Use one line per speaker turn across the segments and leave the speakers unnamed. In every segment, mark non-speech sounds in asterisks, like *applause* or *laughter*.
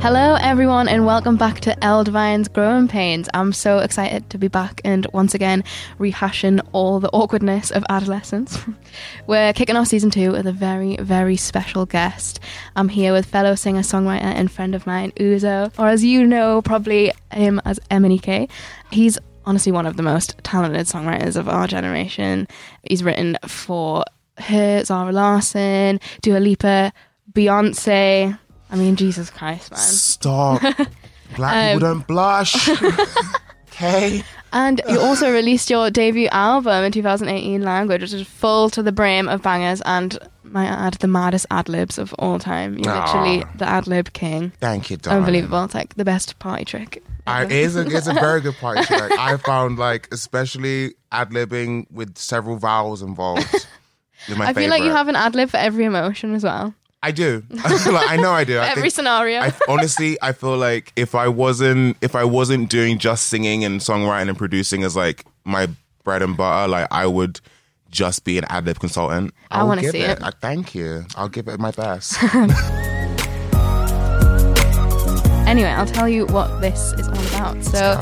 Hello, everyone, and welcome back to Eldervine's Growing Pains. I'm so excited to be back and once again rehashing all the awkwardness of adolescence. *laughs* We're kicking off season two with a very, very special guest. I'm here with fellow singer, songwriter, and friend of mine, Uzo, or as you know, probably him as Emenike. He's honestly one of the most talented songwriters of our generation. He's written for her, Zara Larson, Dua Lipa, Beyonce. I mean, Jesus Christ, man. *laughs*
Stop.
Um,
Black people don't blush. *laughs* okay.
And you
*laughs*
also released your debut album in 2018, Language, which is full to the brim of bangers and, might I add, the maddest ad libs of all time. You're literally
Aw.
the ad lib king.
Thank you, darling.
Unbelievable. It's like the best party trick.
I, it is a, it's a very good party trick. I found like especially ad libbing with several
*laughs*
vowels involved. You're my
I feel like you
favorite.
have an ad lib for every emotion as well,
I do. *laughs* like, I know I do. I
every
think-
scenario.
I, honestly, I feel like if I wasn't if I wasn't doing just singing and songwriting and producing as like my bread and butter, like I would just be an ad lib consultant.
I
will
wanna
give
see it.
I, thank you. I'll give it
*laughs*
my best.
Anyway, I'll tell you what this is all about. So,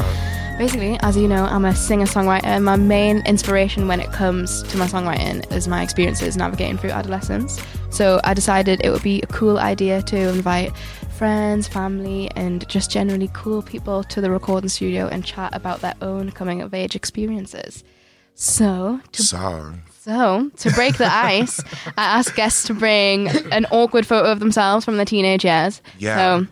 basically, as you know, I'm a singer songwriter, and my main inspiration when it comes to my songwriting is my experiences navigating through adolescence. So, I decided it would be a cool idea to invite friends, family, and just generally cool people to the recording studio and chat about their own coming of age experiences. So, to
so
so, to break the ice, I asked guests to bring an awkward photo of themselves from their teenage years.
Yeah. Oh.
So,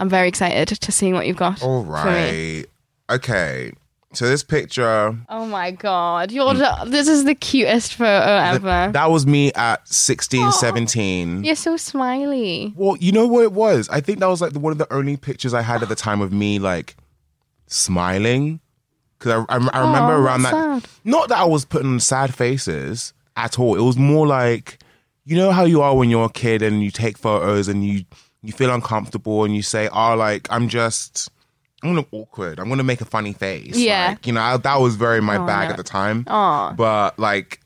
I'm very excited to seeing what you've got.
All
for me.
right. Okay. So this picture
Oh my god, you're the, this is the cutest photo ever.
that was me at 16, 17.
you're so smiley.
Well, you know what it was? I think that was like one of the only pictures I had at the time of me like smiling. Cause I, I, I remember
Aw,
around that,
Oh, that's sad.
not that I was putting on sad faces at all. It was more like, you know how you are when you're a kid and you take photos and you, you feel uncomfortable and you say, oh, like, I'm just, I'm gonna look awkward. I'm gonna make a funny face.
Yeah.
Like, you know, I, that was very my
Oh,
bag
no.
at the time.
Aw.
But like,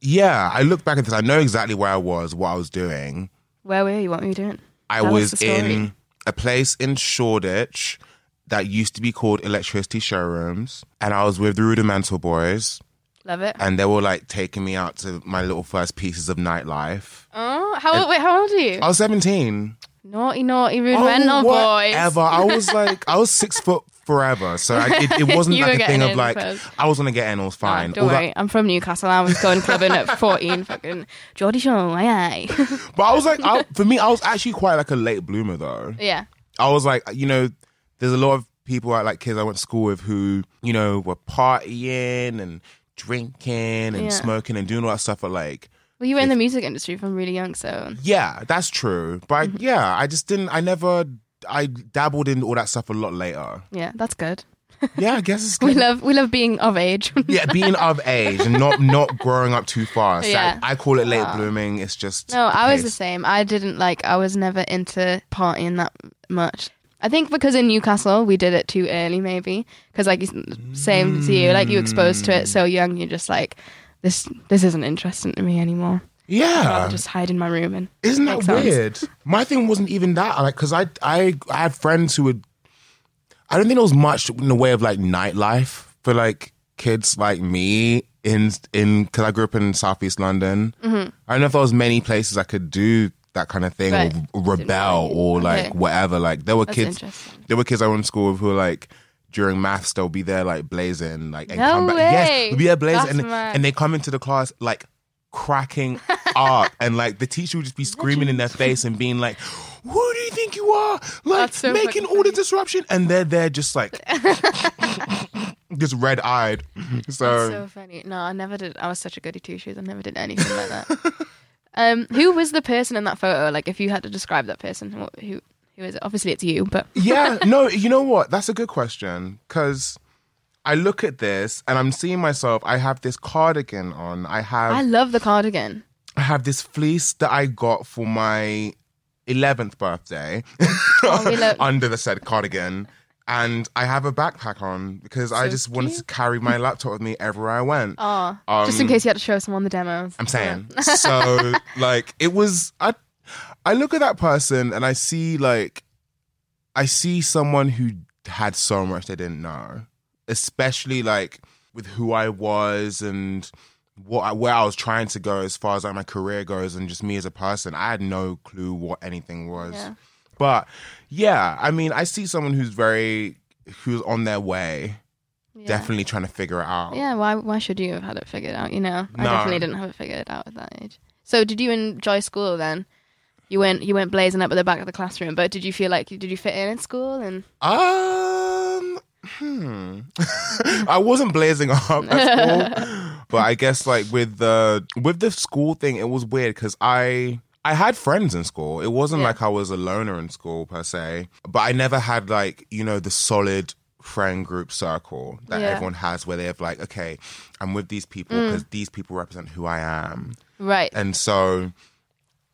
yeah, I look back at this. I know exactly where I was, what I was doing.
Where were you? What were you doing?
I
Tell us
was
the story.
in a place in Shoreditch that used to be called Electricity Showrooms, and I was with the Rudimental Boys,
Love it.
and they were like taking me out to my little first pieces of nightlife.
Oh, how, wait, how old are you?
I was seventeen.
naughty, naughty,
oh,
rudimental boys.
Ever, I was like, I was six foot forever, so I, it, it wasn't
*laughs* You were
like a thing
getting
of
in
like
first.
I was gonna get in. It was
Oh,
fine.
don't
All that-
worry, I'm from Newcastle. I was going clubbing at 14. Fucking Geordie Shaw, aye aye. *laughs*
but I was like, I, for me, I was actually quite like a late bloomer though.
yeah.
I was like, you know, there's a lot of people I like kids I went to school with who, you know, were partying and drinking and
Yeah.
smoking and doing all that stuff. But like,
Well, you were in the music industry from really young, so
yeah, that's true. But
Mm-hmm.
I- yeah, I just didn't. I never. I dabbled in all that stuff a lot later.
yeah, that's good.
Yeah, I guess it's
We *laughs*
good.
love we love being of
*laughs*
age.
yeah, being of age and not not growing up too fast.
Yeah. Ah.
I, I call it late blooming. It's just
no,
the
I was the
pace.
same. I didn't like I was never into partying that much. I think because in Newcastle we did it too early, maybe because like you s- same as you, like you exposed to it so
Mm.
young, you're just like this. This isn't interesting to me anymore.
yeah.
I'll just hide in my room and
Isn't
make
that
songs.
weird? My thing wasn't even that. Like, cause I, I, I had friends who would. I don't think there was much in the way of like nightlife for like kids like me in in because I grew up in Southeast London.
Mm-hmm.
I don't know if there was many places I could do that kind of thing
Right.
or rebel or like
Okay.
whatever. Like there were kids,
interesting.
there were kids I went to school with who were like. During maths, they'll be there like blazing, like and
No
come back.
way.
Yes, they'll be there blazing,
That's
and,
mad.
and they come into the class like
*laughs*
cracking up and like the teacher would just be screaming in their face and being like who do you think you are like
That's so
making
fucking
all the disruption and they're they're
*laughs*
just like just red-eyed so,
so funny. No, I never did. I was such a goody two shoes. I never did anything like that.
*laughs*
Um, who was the person in that photo? Like, if you had to describe that person, what, who who is it? Obviously, it's you. But
*laughs* yeah no you know what that's a good question because i look at this and i'm seeing myself i have this cardigan on i have
I love the cardigan.
I have this fleece that I got for my 11th birthday
we love-
*laughs* under the said cardigan. And I have a backpack on because I
So
just wanted to
cute.
carry my laptop with me everywhere I went.
Oh,
Um,
just in case you had to show someone the demos.
I'm saying.
*laughs*
so, like, it was. I, I look at that person and I see, like, I see someone who had so much they didn't know, especially like with who I was and what I, where I was trying to go as far as like my career goes and just me as a person. I had no clue what anything was.
Yeah.
But yeah, I mean, I see someone who's very who's on their way,
Yeah.
definitely trying to figure it out.
Yeah, why why should you have had it figured out, you know? I
No.
definitely didn't have it figured out at that age. So did you enjoy school then? You went you went blazing up at the back of the classroom, but did you feel like did you fit in at school and
Um, hmm. *laughs* I wasn't blazing up
*laughs*
at school, but I guess like with the with the school thing, it was weird because I I had friends in school. It wasn't
Yeah.
like I was a loner in school per se, but I never had like you know the solid friend group circle that
Yeah. Mm.
everyone has where they have like okay i'm with these people because these people represent who i am
Right.
and so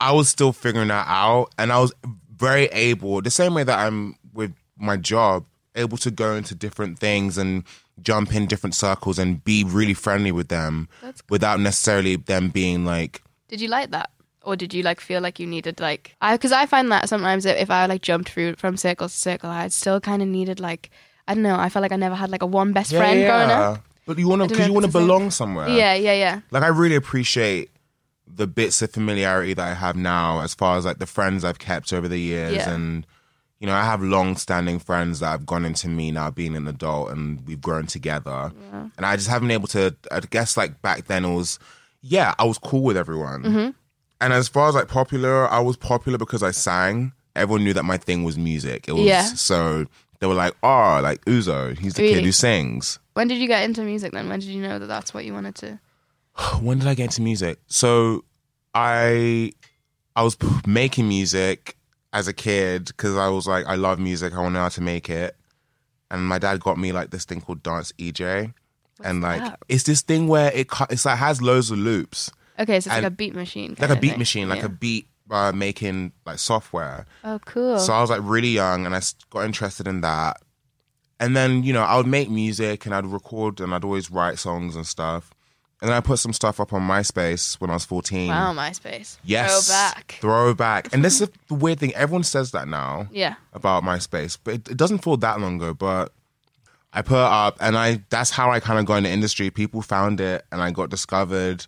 I was still figuring that out. And I was very able, the same way that I'm with my job, able to go into different things and jump in different circles and be really friendly with them
That's cool.
without necessarily them being like,
Did you like that? Or did you like feel like you needed like I because I find that sometimes if, if I like jumped through from circle to circle, I still kind of needed like I don't know. I felt like I never had like a one best friend growing up.
But you want to,
don't
because
know
you
if
want to
it's the same.
belong somewhere.
Yeah, yeah, yeah.
Like, I really appreciate the bits of familiarity that I have now as far as like the friends I've kept over the years
Yeah.
and you know, I have long standing friends that have gone into me now being an adult and we've grown together. And I just haven't been able to I guess like back then it was yeah, I was cool with everyone.
Mm-hmm.
And as far as like popular, I was popular because I sang. Everyone knew that my thing was music. It was
Yeah.
so they were like, "Oh, like Uzo, he's the kid
Really?
who sings."
When did you get into music then? When did you know that that's what you wanted to?
when did I get into music? So I I was p- making music as a kid because I was like, I love music. I want to know how to make it. And my dad got me like this thing called Dance EJ, and like
that?
it's this thing where it cu- it's like has loads of loops,
Okay, so it's like
And-
a beat machine.
like
kinda
a beat
thing.
machine, like
Yeah.
a beat uh, making like software.
Oh, cool.
So I was like really young and I s- got interested in that. And then, you know, I would make music and I'd record and I'd always write songs and stuff. And then I put some stuff up on MySpace when I was 14.
wow, MySpace.
Yes.
Go back.
Throwback. And this is the weird thing. Everyone says that now
Yeah.
about MySpace, but it, it doesn't feel that long ago. But I put it up and I that's how I kind of got in the industry. People found it and I got discovered.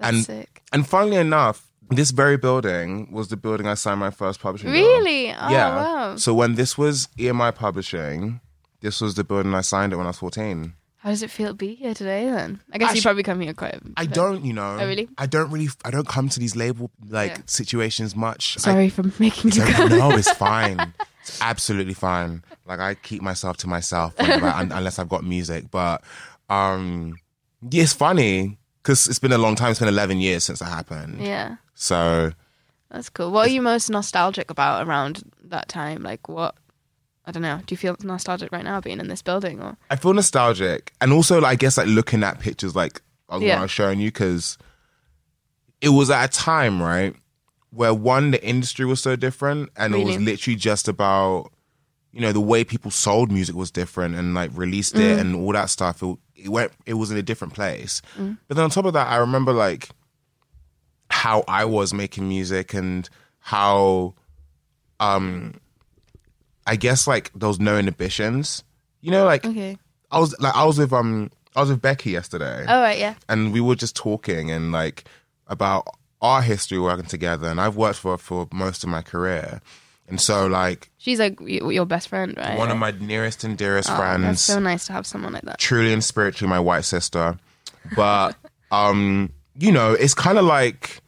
That's
and
sick.
and funnily enough, this very building was the building I signed my first publishing deal.
Really? Oh, wow.
So when this was EMI Publishing, this was the building I signed it when I was 14.
How does it feel to be here today then? I guess you
Actually-
probably come here quite. a
I
bit.
don't, you know.
Oh, really?
I don't really, I don't come to these label like
Yeah.
situations much. I,
Sorry for *laughs* making you
don't
come.
know. It's fine. It's absolutely fine. Like I keep myself to myself whenever I- un- unless I've got music. But um, yeah, it's funny because it's been a long time. It's been 11 years since it happened.
Yeah.
So
That's cool. What are you most nostalgic about around that time? Like what? I don't know. Do you feel nostalgic right now being in this building or?
I feel nostalgic, and also like, I guess like looking at pictures like like what
Yeah.
I was showing you because it was at a time right where one the industry was so different, and it was
Really?
literally just about you know the way people sold music was different and like released
Mm.
it and all that stuff. It, it went it was in a different place,
Mm.
but then on top of that, I remember like how I was making music and how um I guess like there was no inhibitions. You know, like
Okay.
I was like I was with um I was with Becky yesterday
All Oh, right. Yeah.
and we were just talking and like about our history working together and I've worked for for most of my career. And so like
She's like y- your best friend, right?
one of my nearest and dearest
Oh,
friends
That's so nice to have someone like that.
truly and spiritually my white sister. But *laughs* um, you know, it's kind of like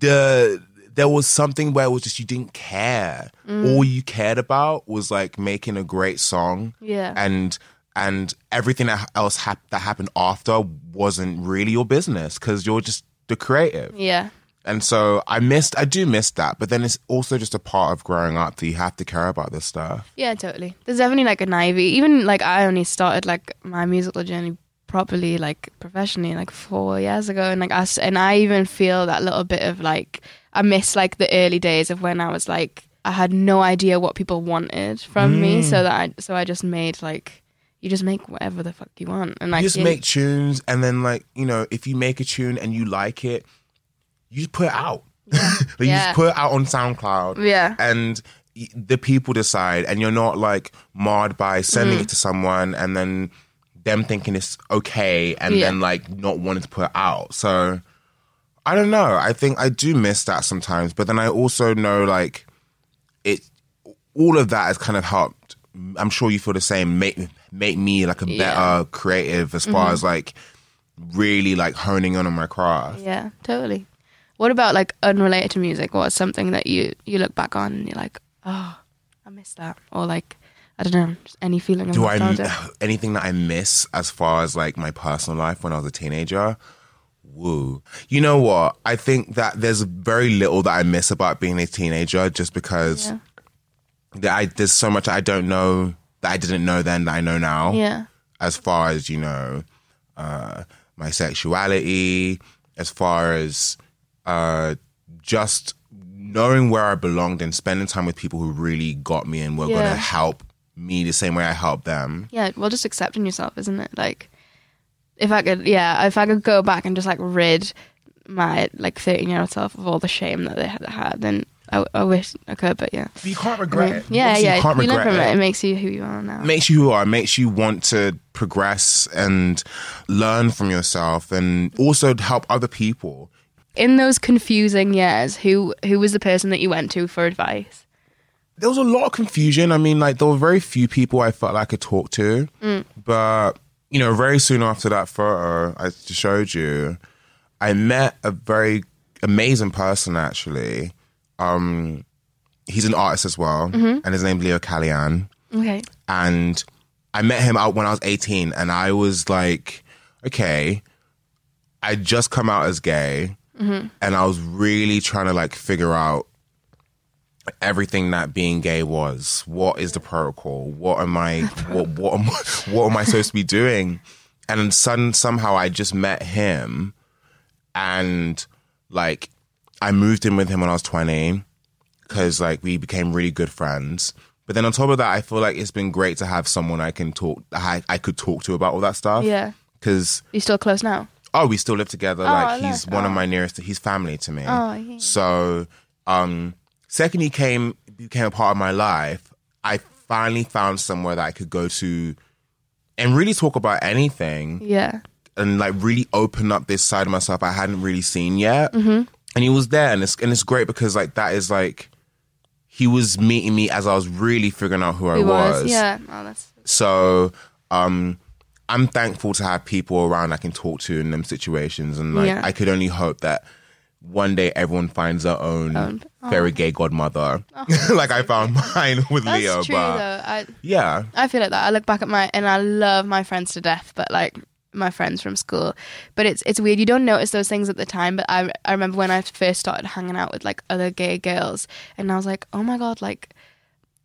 the there was something where it was just you didn't care.
Mm.
All you cared about was like making a great song
Yeah.
and and everything that else hap- that happened after wasn't really your business because you're just the creative.
yeah.
And so I missed, I do miss that. But then it's also just a part of growing up that you have to care about this stuff.
Yeah, totally. There's definitely like a naivety. Even like I only started like my musical journey properly, like professionally, like four years ago, and like us, and I even feel that little bit of like I miss like the early days of when I was like I had no idea what people wanted from me,
Mm.
so that I so I just made like you just make whatever the fuck you want, and like
you just
you-
make tunes and then like you know if you make a tune and you like it *laughs* you just put it out like you
Yeah.
just put it out on soundcloud
yeah.
and y- the people decide, and you're not like marred by sending
Mm.
it to someone and then them thinking it's okay and
Yeah.
then like not wanting to put it out. So I don't know. I think I do miss that sometimes, but then I also know like it. All of that has kind of helped. I'm sure you feel the same. Make make me like a better
Yeah. Mm-hmm.
creative as far as like really like honing in on my craft.
Yeah, totally. What about like unrelated to music? What's something that you you look back on and you're like, oh, I miss that, or like, I don't know, just any feeling of
do I
nostalgia?
*sighs* anything that I miss as far as like my personal life when I was a teenager? Woo. You know what? I think that there's very little that I miss about being a teenager just because
Yeah.
that I there's so much I don't know that I didn't know then that I know now
yeah,
as far as you know uh, my sexuality as far as uh, just knowing where i belonged and spending time with people who really got me and were going
Yeah.
to help me the same way i helped them
yeah. Well, just accepting yourself, isn't it? Like, if I could, yeah, if I could go back and just like rid my like 13 year old self of all the shame that they had, had then I, I wish I could. But yeah,
you can't regret it
yeah,
Obviously,
yeah.
you can't
learn
regret
from
it.
it. It makes you who you are now.
makes you who you are, makes you want to progress and learn from yourself and also to help other people.
In those confusing years, who who was the person that you went to for advice?
There was a lot of confusion. I mean, like, there were very few people I felt like I could talk to.
Mm.
But, you know, very soon after that photo I just showed you, I met a very amazing person, actually. Um, he's an artist as well,
Mm-hmm.
and his name's Leo Callian.
Okay.
and I met him out when I was 18 and I was like, okay, I just come out as gay and I was really trying to like figure out everything that being gay was. What is the protocol? What am I what what am, what am I supposed to be doing? And then sudden somehow I just met him and like I moved in with him when I was 20 because like we became really good friends. But then on top of that, I feel like it's been great to have someone I can talk, I, I could talk to about all that stuff.
Yeah.
Because
You still close now?
oh, we still live together. like he's
Oh, nice.
one of my nearest. He's family to me.
Oh, yeah.
So, um, second he came became a part of my life. I finally found somewhere that I could go to and really talk about anything
Yeah.
and like really open up this side of myself I hadn't really seen yet.
Mm-hmm.
And he was there, and it's and it's great because like that is like he was meeting me as I was really figuring out who I
It
was.
was. Yeah. Oh, that's
So um I'm thankful to have people around I can talk to in them situations and like
Yeah.
I could only hope that one day everyone finds their own
Own-
fairy gay godmother. *laughs* like I found mine with
that's
Leo.
true
but
though. I
yeah.
I feel like that. I look back at my and I love my friends to death, but like my friends from school. But it's it's weird. You don't notice those things at the time. But I I remember when I first started hanging out with like other gay girls, and I was like, oh my god, like.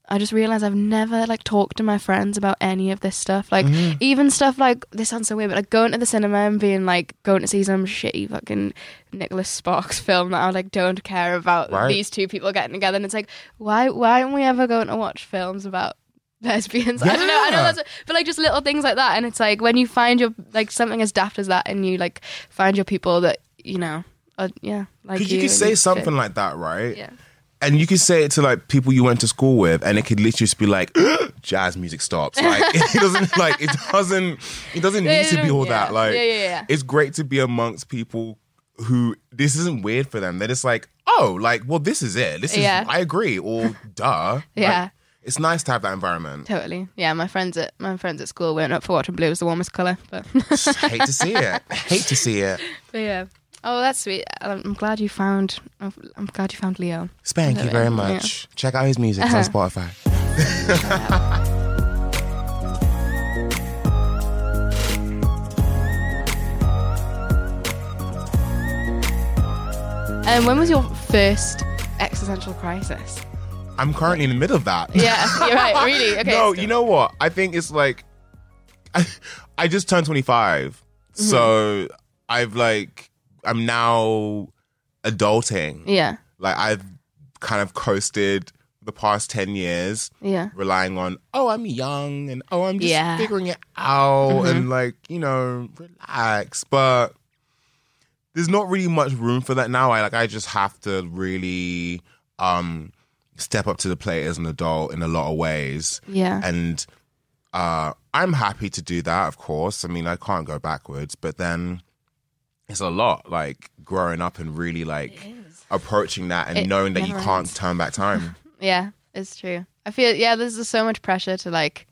I just realized I've never like talked to my friends about any of this stuff. Like
Mm.
even stuff like this sounds so weird, but like going to the cinema and being like going to see some shitty fucking Nicholas Sparks *laughs* film that I like don't care about.
Right.
These two people getting together, and it's like why why aren't we ever going to watch films about *laughs* lesbians? I don't know. I know
Yeah.
that's but like just little things like that, and it's like when you find your like something as daft as that, and you like find your people that you know, are, yeah, like
Because you
and
could say
fit.
something like that, right?
Yeah.
And you could say it to like people you went to school with, and it could literally just be like, *gasps* jazz music stops. Like *laughs* it doesn't, like it doesn't, it doesn't
Yeah,
need to be all
yeah.
that. Like
Yeah, yeah, yeah.
it's great to be amongst people who this isn't weird for them. They're just like, oh, like well, this is it. This is
Yeah.
I
*laughs*
agree. Or duh. Like,
Yeah.
it's nice to have that environment.
Totally. Yeah, my friends at my friends at school weren't up for watching blue as the warmest color, but *laughs*
Just hate to see it. Hate to see it.
but yeah. Oh, that's sweet. I'm I'm glad you found. I'm I'm glad you found Leo. *laughs*
Spank you very much. Check out his music it's
Uh-huh.
on Spotify.
And Um, when was your first existential crisis? *laughs*
I'm currently in the middle of that.
Yeah, you're right. Really? Okay.
no, you know what? I think it's like *laughs* I, I just turned 25.
Mm-hmm.
So I've like I'm now adulting.
Yeah.
Like I've kind of coasted the past 10 years
Yeah.
relying on oh I'm young and oh I'm just
Yeah. Mm-hmm.
figuring it out and like, you know, relax, but there's not really much room for that now. I like I just have to really um step up to the plate as an adult in a lot of ways.
Yeah.
And uh, I'm happy to do that, of course. I mean, I can't go backwards, but then it's a lot like growing up and really like approaching that and
It
knowing that you
never
can't
ends.
turn back
*laughs*
time.
Yeah, it's true. I feel yeah, there's just so much pressure to like.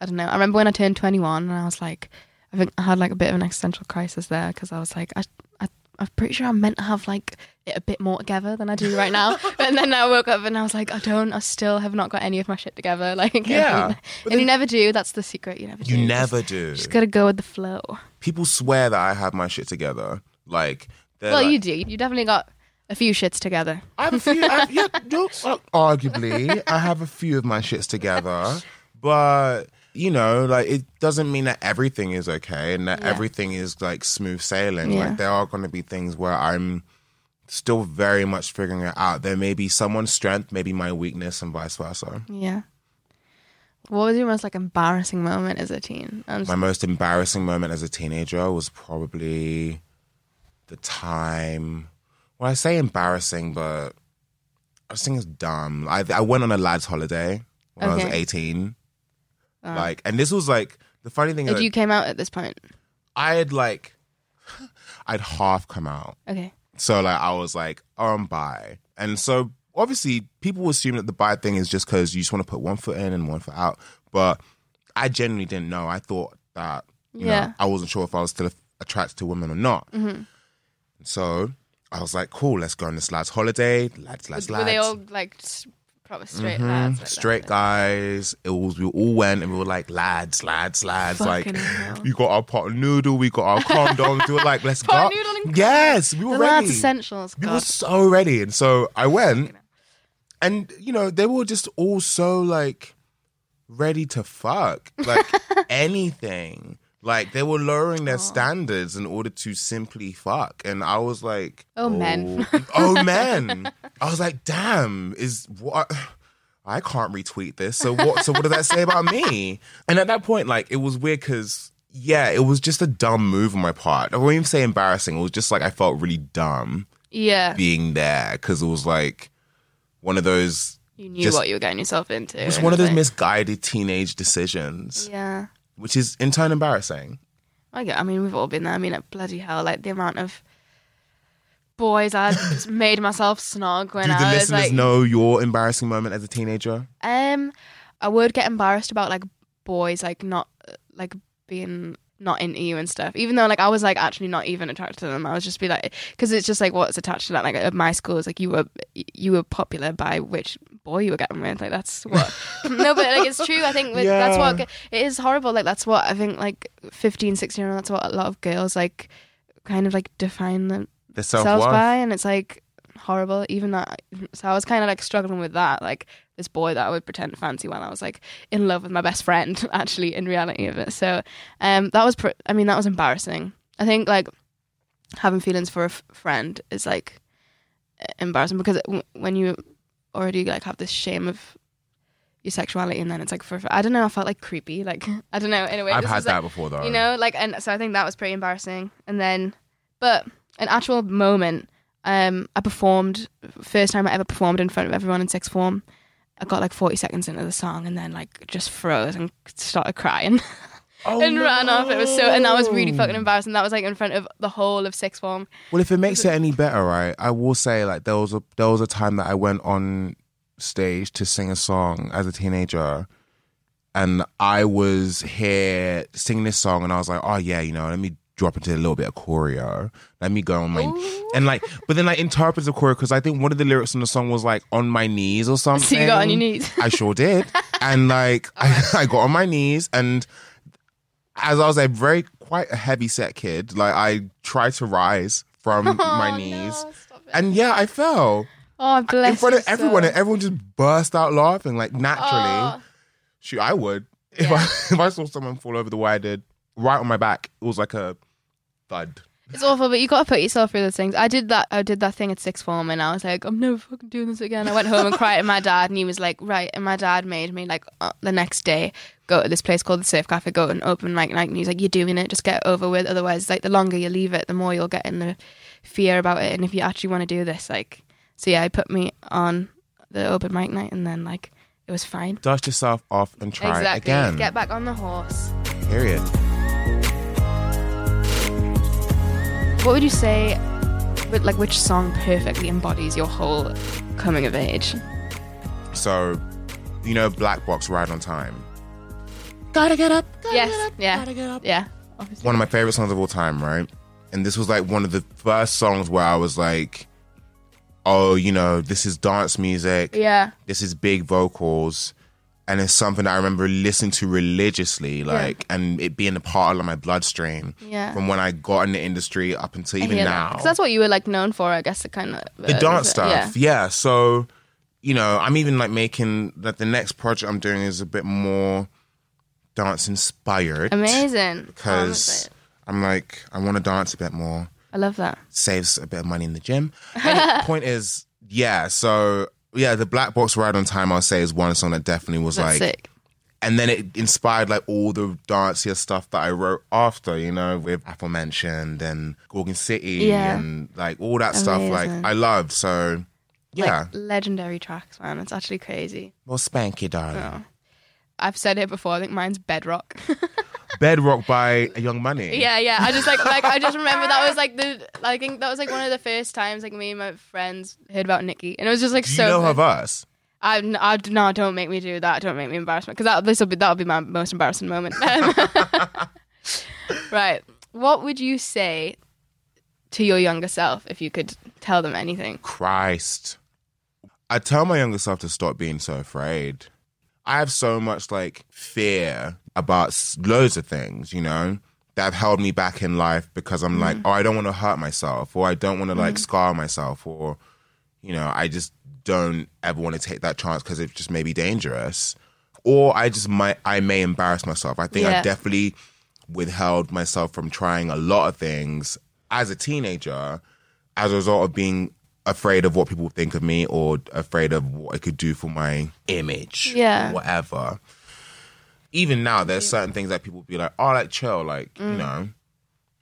I don't know. I remember when I turned 21 and I was like, I think I had like a bit of an existential crisis there because I was like, I, I, I'm pretty sure I'm meant to have like it a bit more together than I do right
*laughs*
now. *laughs* and then I woke up and I was like, I don't. I still have not got any of my shit together. *laughs* Like,
Yeah,
and,
but
you never do. That's the secret. You never. do.
You never do.
Just gotta go with the flow.
People swear that I have my shit together. Like, they're
well,
like,
you do. You definitely got a few shits together.
I have a few. I have, yeah,
*laughs*
no, well, arguably, I have a few of my shits together, but you know, like it doesn't mean that everything is okay and that
Yeah.
everything is like smooth sailing.
Yeah.
Like there are going to be things where I'm still very much figuring it out. There may be someone's strength, maybe my weakness, and vice versa.
Yeah. What was your most like embarrassing moment as a teen? I'm
My most embarrassing moment as a teenager was probably the time. Well, I say embarrassing, but I just think it's dumb. I I went on a lads' holiday when I was
Okay.
eighteen. Like, and this was like the funny thing is,
Like you came out at this point.
I had like, *laughs* I'd half come out.
Okay.
So like I was like, oh, I'm bi. And so obviously people assume that the bi thing is just because you just want to put one foot in and one foot out. But I genuinely didn't know. I thought that you
Yeah. Mm-hmm.
know, I wasn't sure if I was still attracted to women or not. So I was like, cool, let's go on this lads holiday. Lads, lads,
Were
lads.
they all like s- proper straight
Mhm.
lads? like that?
straight guys. It was we all went and we were like lads, lads, lads.
Fucking
like
hell.
we got our pot of noodle, we
*laughs*
got our condoms. we were like, let's
Pot of
go.
noodle and
yes, we were
The
ready.
lads essentials.
We
God.
were so ready. And so I went, and you know, they were just all so like ready to fuck,
*laughs*
like anything. Like they were lowering their standards in order to simply fuck. And I was like,
Oh, men.
Oh,
*laughs*
men. I was like, damn, is what. I can't retweet this. So what? So what does that say about me? And at that point, like it was weird because yeah, it was just a dumb move on my part. I won't even say embarrassing. It was just like I felt really dumb
yeah.
being there because it was like one of those
You knew
just-
what you were getting yourself into.
it's
and
one of those
like-
misguided teenage decisions,
Yeah.
which is in turn embarrassing.
I get. I mean, we've all been there. I mean, like, bloody hell! Like the amount of boys
*laughs*
I just made myself snog when
Do the
I was
listeners
like,
know your embarrassing moment as a teenager?
um, I would get embarrassed about like boys like not like being not into you and stuff. Even though like I was like actually not even attracted to them, I was just be like, because it's just like what's attached to that. Like at my school, is like you were you were popular by which boy you were getting with. Like that's what. *laughs* no, but like it's true. I think with, that's what it is horrible. Like that's what I think. Like 15, 16 year old. That's what a lot of girls like kind of like define them,
The
self
self worth.
by and it's like horrible even that so i was kind of like struggling with that like this boy that i would pretend to fancy while i was like in love with my best friend *laughs* actually in reality of it so um that was pr- i mean that was embarrassing i think like having feelings for a f- friend is like e, embarrassing because w- when you already like have this shame of your sexuality and then it's like for i don't know i felt like creepy like *laughs* i don't know anyway
I've
this
had
is, like,
that before though.
you know like and so i think that was pretty embarrassing and then but an actual moment um i performed first time i ever performed in front of everyone in sixth form i got like 40 seconds into the song and then like just froze and started crying *laughs*
Oh,
and ran off it was so and that was really
no.
fucking embarrassing that was like in front of the whole of sixth form *laughs*
Well, if it makes it any better, right? I will say like there was a there was a time that I went on stage to sing a song as a teenager, and I was here singing this song, and I was like, oh yeah, you know, let me drop into a little bit of choreo, let me go on my and like, but then I interpreted the choreo because I think one of the lyrics in the song was like on my knees or something.
so you got on your knees
I sure did. And like I, *laughs* I got on my knees and as I was a very quite a heavy set kid, like I tried to rise from my
*laughs* Oh,
knees.
no, stop it.
And yeah, I fell
oh bless
in front
you
of everyone,
so.
and everyone just burst out laughing. Like
Oh.
naturally, shoot, I would if I *laughs* if I saw someone fall over the way I did, right on my back. It was like a thud.
It's awful, but you got to put yourself through those things. I did that. I did that thing at sixth form, and I was like, I'm never fucking doing this again. I went home and cried to my dad, and he was like, right. And my dad made me like uh, the next day go to this place called the Surf Cafe, go to an open mic night, and he's like, you're doing it, just get it over with. Otherwise, like the longer you leave it, the more you'll get in the fear about it. And if you actually want to do this, like, so yeah, he put me on the open mic night, and then like it was fine.
Dust yourself off and try
exactly.
again.
Get back on the horse.
Period.
What would you say? But like, which song perfectly embodies your whole coming of age?
So, you know, Black Box Ride on Time. Gotta get up. Gotta
Yes,
Get up,
yeah.
Gotta get up.
Yeah, obviously.
one of my favorite songs of all time, right? And this was like one of the first songs where I was like, oh, you know, this is dance music.
Yeah,
This is big vocals. And it's something that I remember listening to religiously, like, and it being a part of my bloodstream
Yeah.
from when I got in the industry up until even now.
because that's what you were like known for, I guess. The kind of uh,
the dance stuff, yeah. So, you know, I'm even like making like the next project I'm doing is a bit more dance inspired
Amazing.
because I'm like, I want to dance a bit more,
I love that.
saves a bit of money in the gym. And
*laughs*
the point is, yeah, so yeah, the Black Box Ride on Time, I'll say, is one song that definitely was
That's
like,
sick.
and then it inspired like all the dancier stuff that I wrote after, you know, with aforementioned and Gorgon City
Yeah.
and like all that stuff, like
Amazing.
I loved. So yeah,
Like legendary tracks, man. It's actually crazy.
well, Spanky Darling.
I've said it before. I think mine's Bedrock.
Bedrock by Young Money.
*laughs* yeah, yeah. I just like like I just remember that was like the I think that was like one of the first times like me and my friends heard about Nikki, and it was just like
Do you
so.
know her
good.
verse?
I, I no, don't make me do that. Don't make me embarrassed because that this will be that'll be my most embarrassing moment. *laughs* Um, right. What would you say to your younger self if you could tell them anything?
Christ. I tell my younger self to stop being so afraid. I have so much like fear about s- loads of things, you know, that have held me back in life because I'm like, oh, I don't want to hurt myself or I don't want to like scar myself or, you know, I just don't ever want to take that chance because it just may be dangerous. Or I just might, I may embarrass myself. I think I
Yeah.
definitely withheld myself from trying a lot of things as a teenager as a result of being afraid of what people think of me or afraid of what it could do for my image
Yeah.
whatever even now there's certain things that people be like oh like chill like
Mm.
you know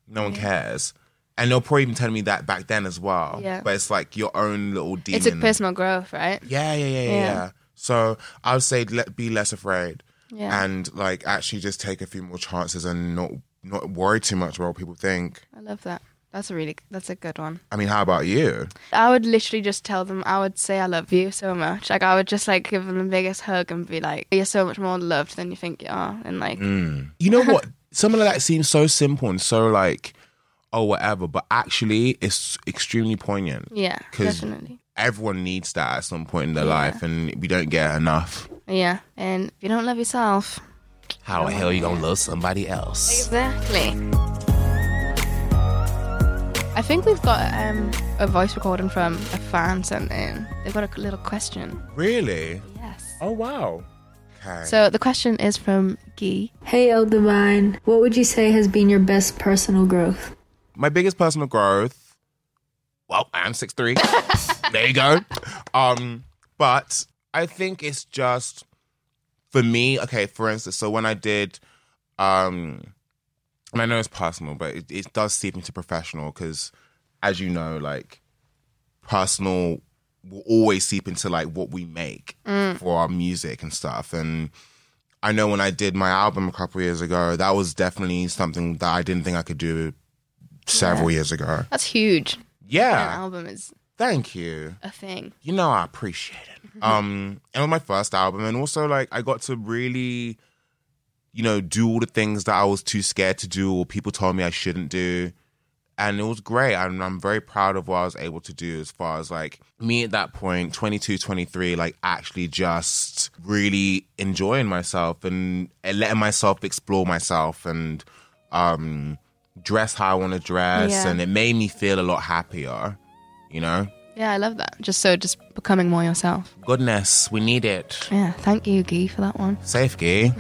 no one cares and they'll probably even tell me that back then as well
Yeah.
but it's like your own little demon
It's a personal growth, right?
yeah, yeah, yeah, yeah.
Yeah.
yeah. So I would say let be less afraid,
Yeah.
and like actually just take a few more chances and not not worry too much about what people think.
I love that. That's a really that's a good one.
I mean, how about you?
I would literally just tell them I would say I love you so much. Like I would just like give them the biggest hug and be like, "You're so much more loved than you think you are," and like
Mm. You know
*laughs*
what? Some of that seems so simple and so like, oh whatever, but actually it's extremely poignant.
yeah,
'Cause-
definitely.
Everyone needs that at some point in their life, and we don't get enough.
Yeah, and if you don't love yourself,
How the hell are you gonna love somebody else?
Exactly. I think we've got um, a voice recording from a fan sent in. They've got a little question.
Really?
Yes.
Oh wow. Okay.
So the question is from Guy.
Hey, El Divine, what would you say has been your best personal growth?
my biggest personal growth. Well, I am 6'3. *laughs* there you go. Um, but I think it's just for me, okay, for instance, so when I did um and I know it's personal, but it, it does seep into professional because as you know, like personal will always seep into like what we make for our music and stuff. And I know when I did my album a couple years ago, that was definitely something that I didn't think I could do several years ago.
That's huge. An
Yeah.
album is
Thank you.
a thing.
You know I appreciate it. Um it was my first album and also like I got to really you know do all the things that I was too scared to do or people told me I shouldn't do. And it was great. And I'm very proud of what I was able to do as far as like me at that point, 22, 23, like actually just really enjoying myself and, and letting myself explore myself and um dress how I want to dress.
Yeah.
And it made me feel a lot happier, you know?
Yeah, I love that. Just so just becoming more yourself.
Goodness, we need it.
Yeah, thank you, Guy, for that
*laughs*
one. *laughs*
Safe gay.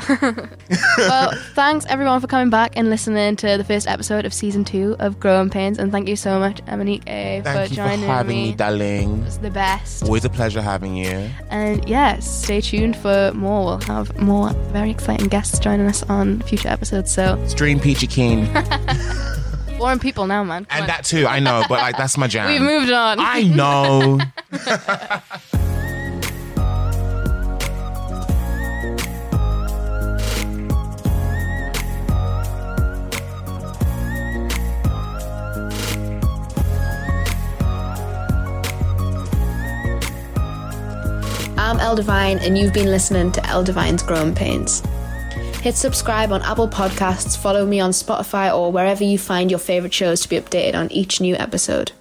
well, thanks everyone for coming back and listening to the first episode of season two of Growing Pains, and thank you so much, Emonique A,
Thank
for
you
joining
for having
me.
me, darling.
It's the best.
Always a pleasure having you.
And yeah, stay tuned for more. We'll have more very exciting guests joining us on future episodes. So
Stream
*laughs*
Peachy Keen.
foreign people now, man. Come
and
on.
that too, I know, but like that's my jam.
We've moved on.
I know.
Eldivine, and you've been listening to Eldivine's Growing Pains. Hit subscribe on Apple Podcasts, follow me on Spotify, or wherever you find your favourite shows to be updated on each new episode.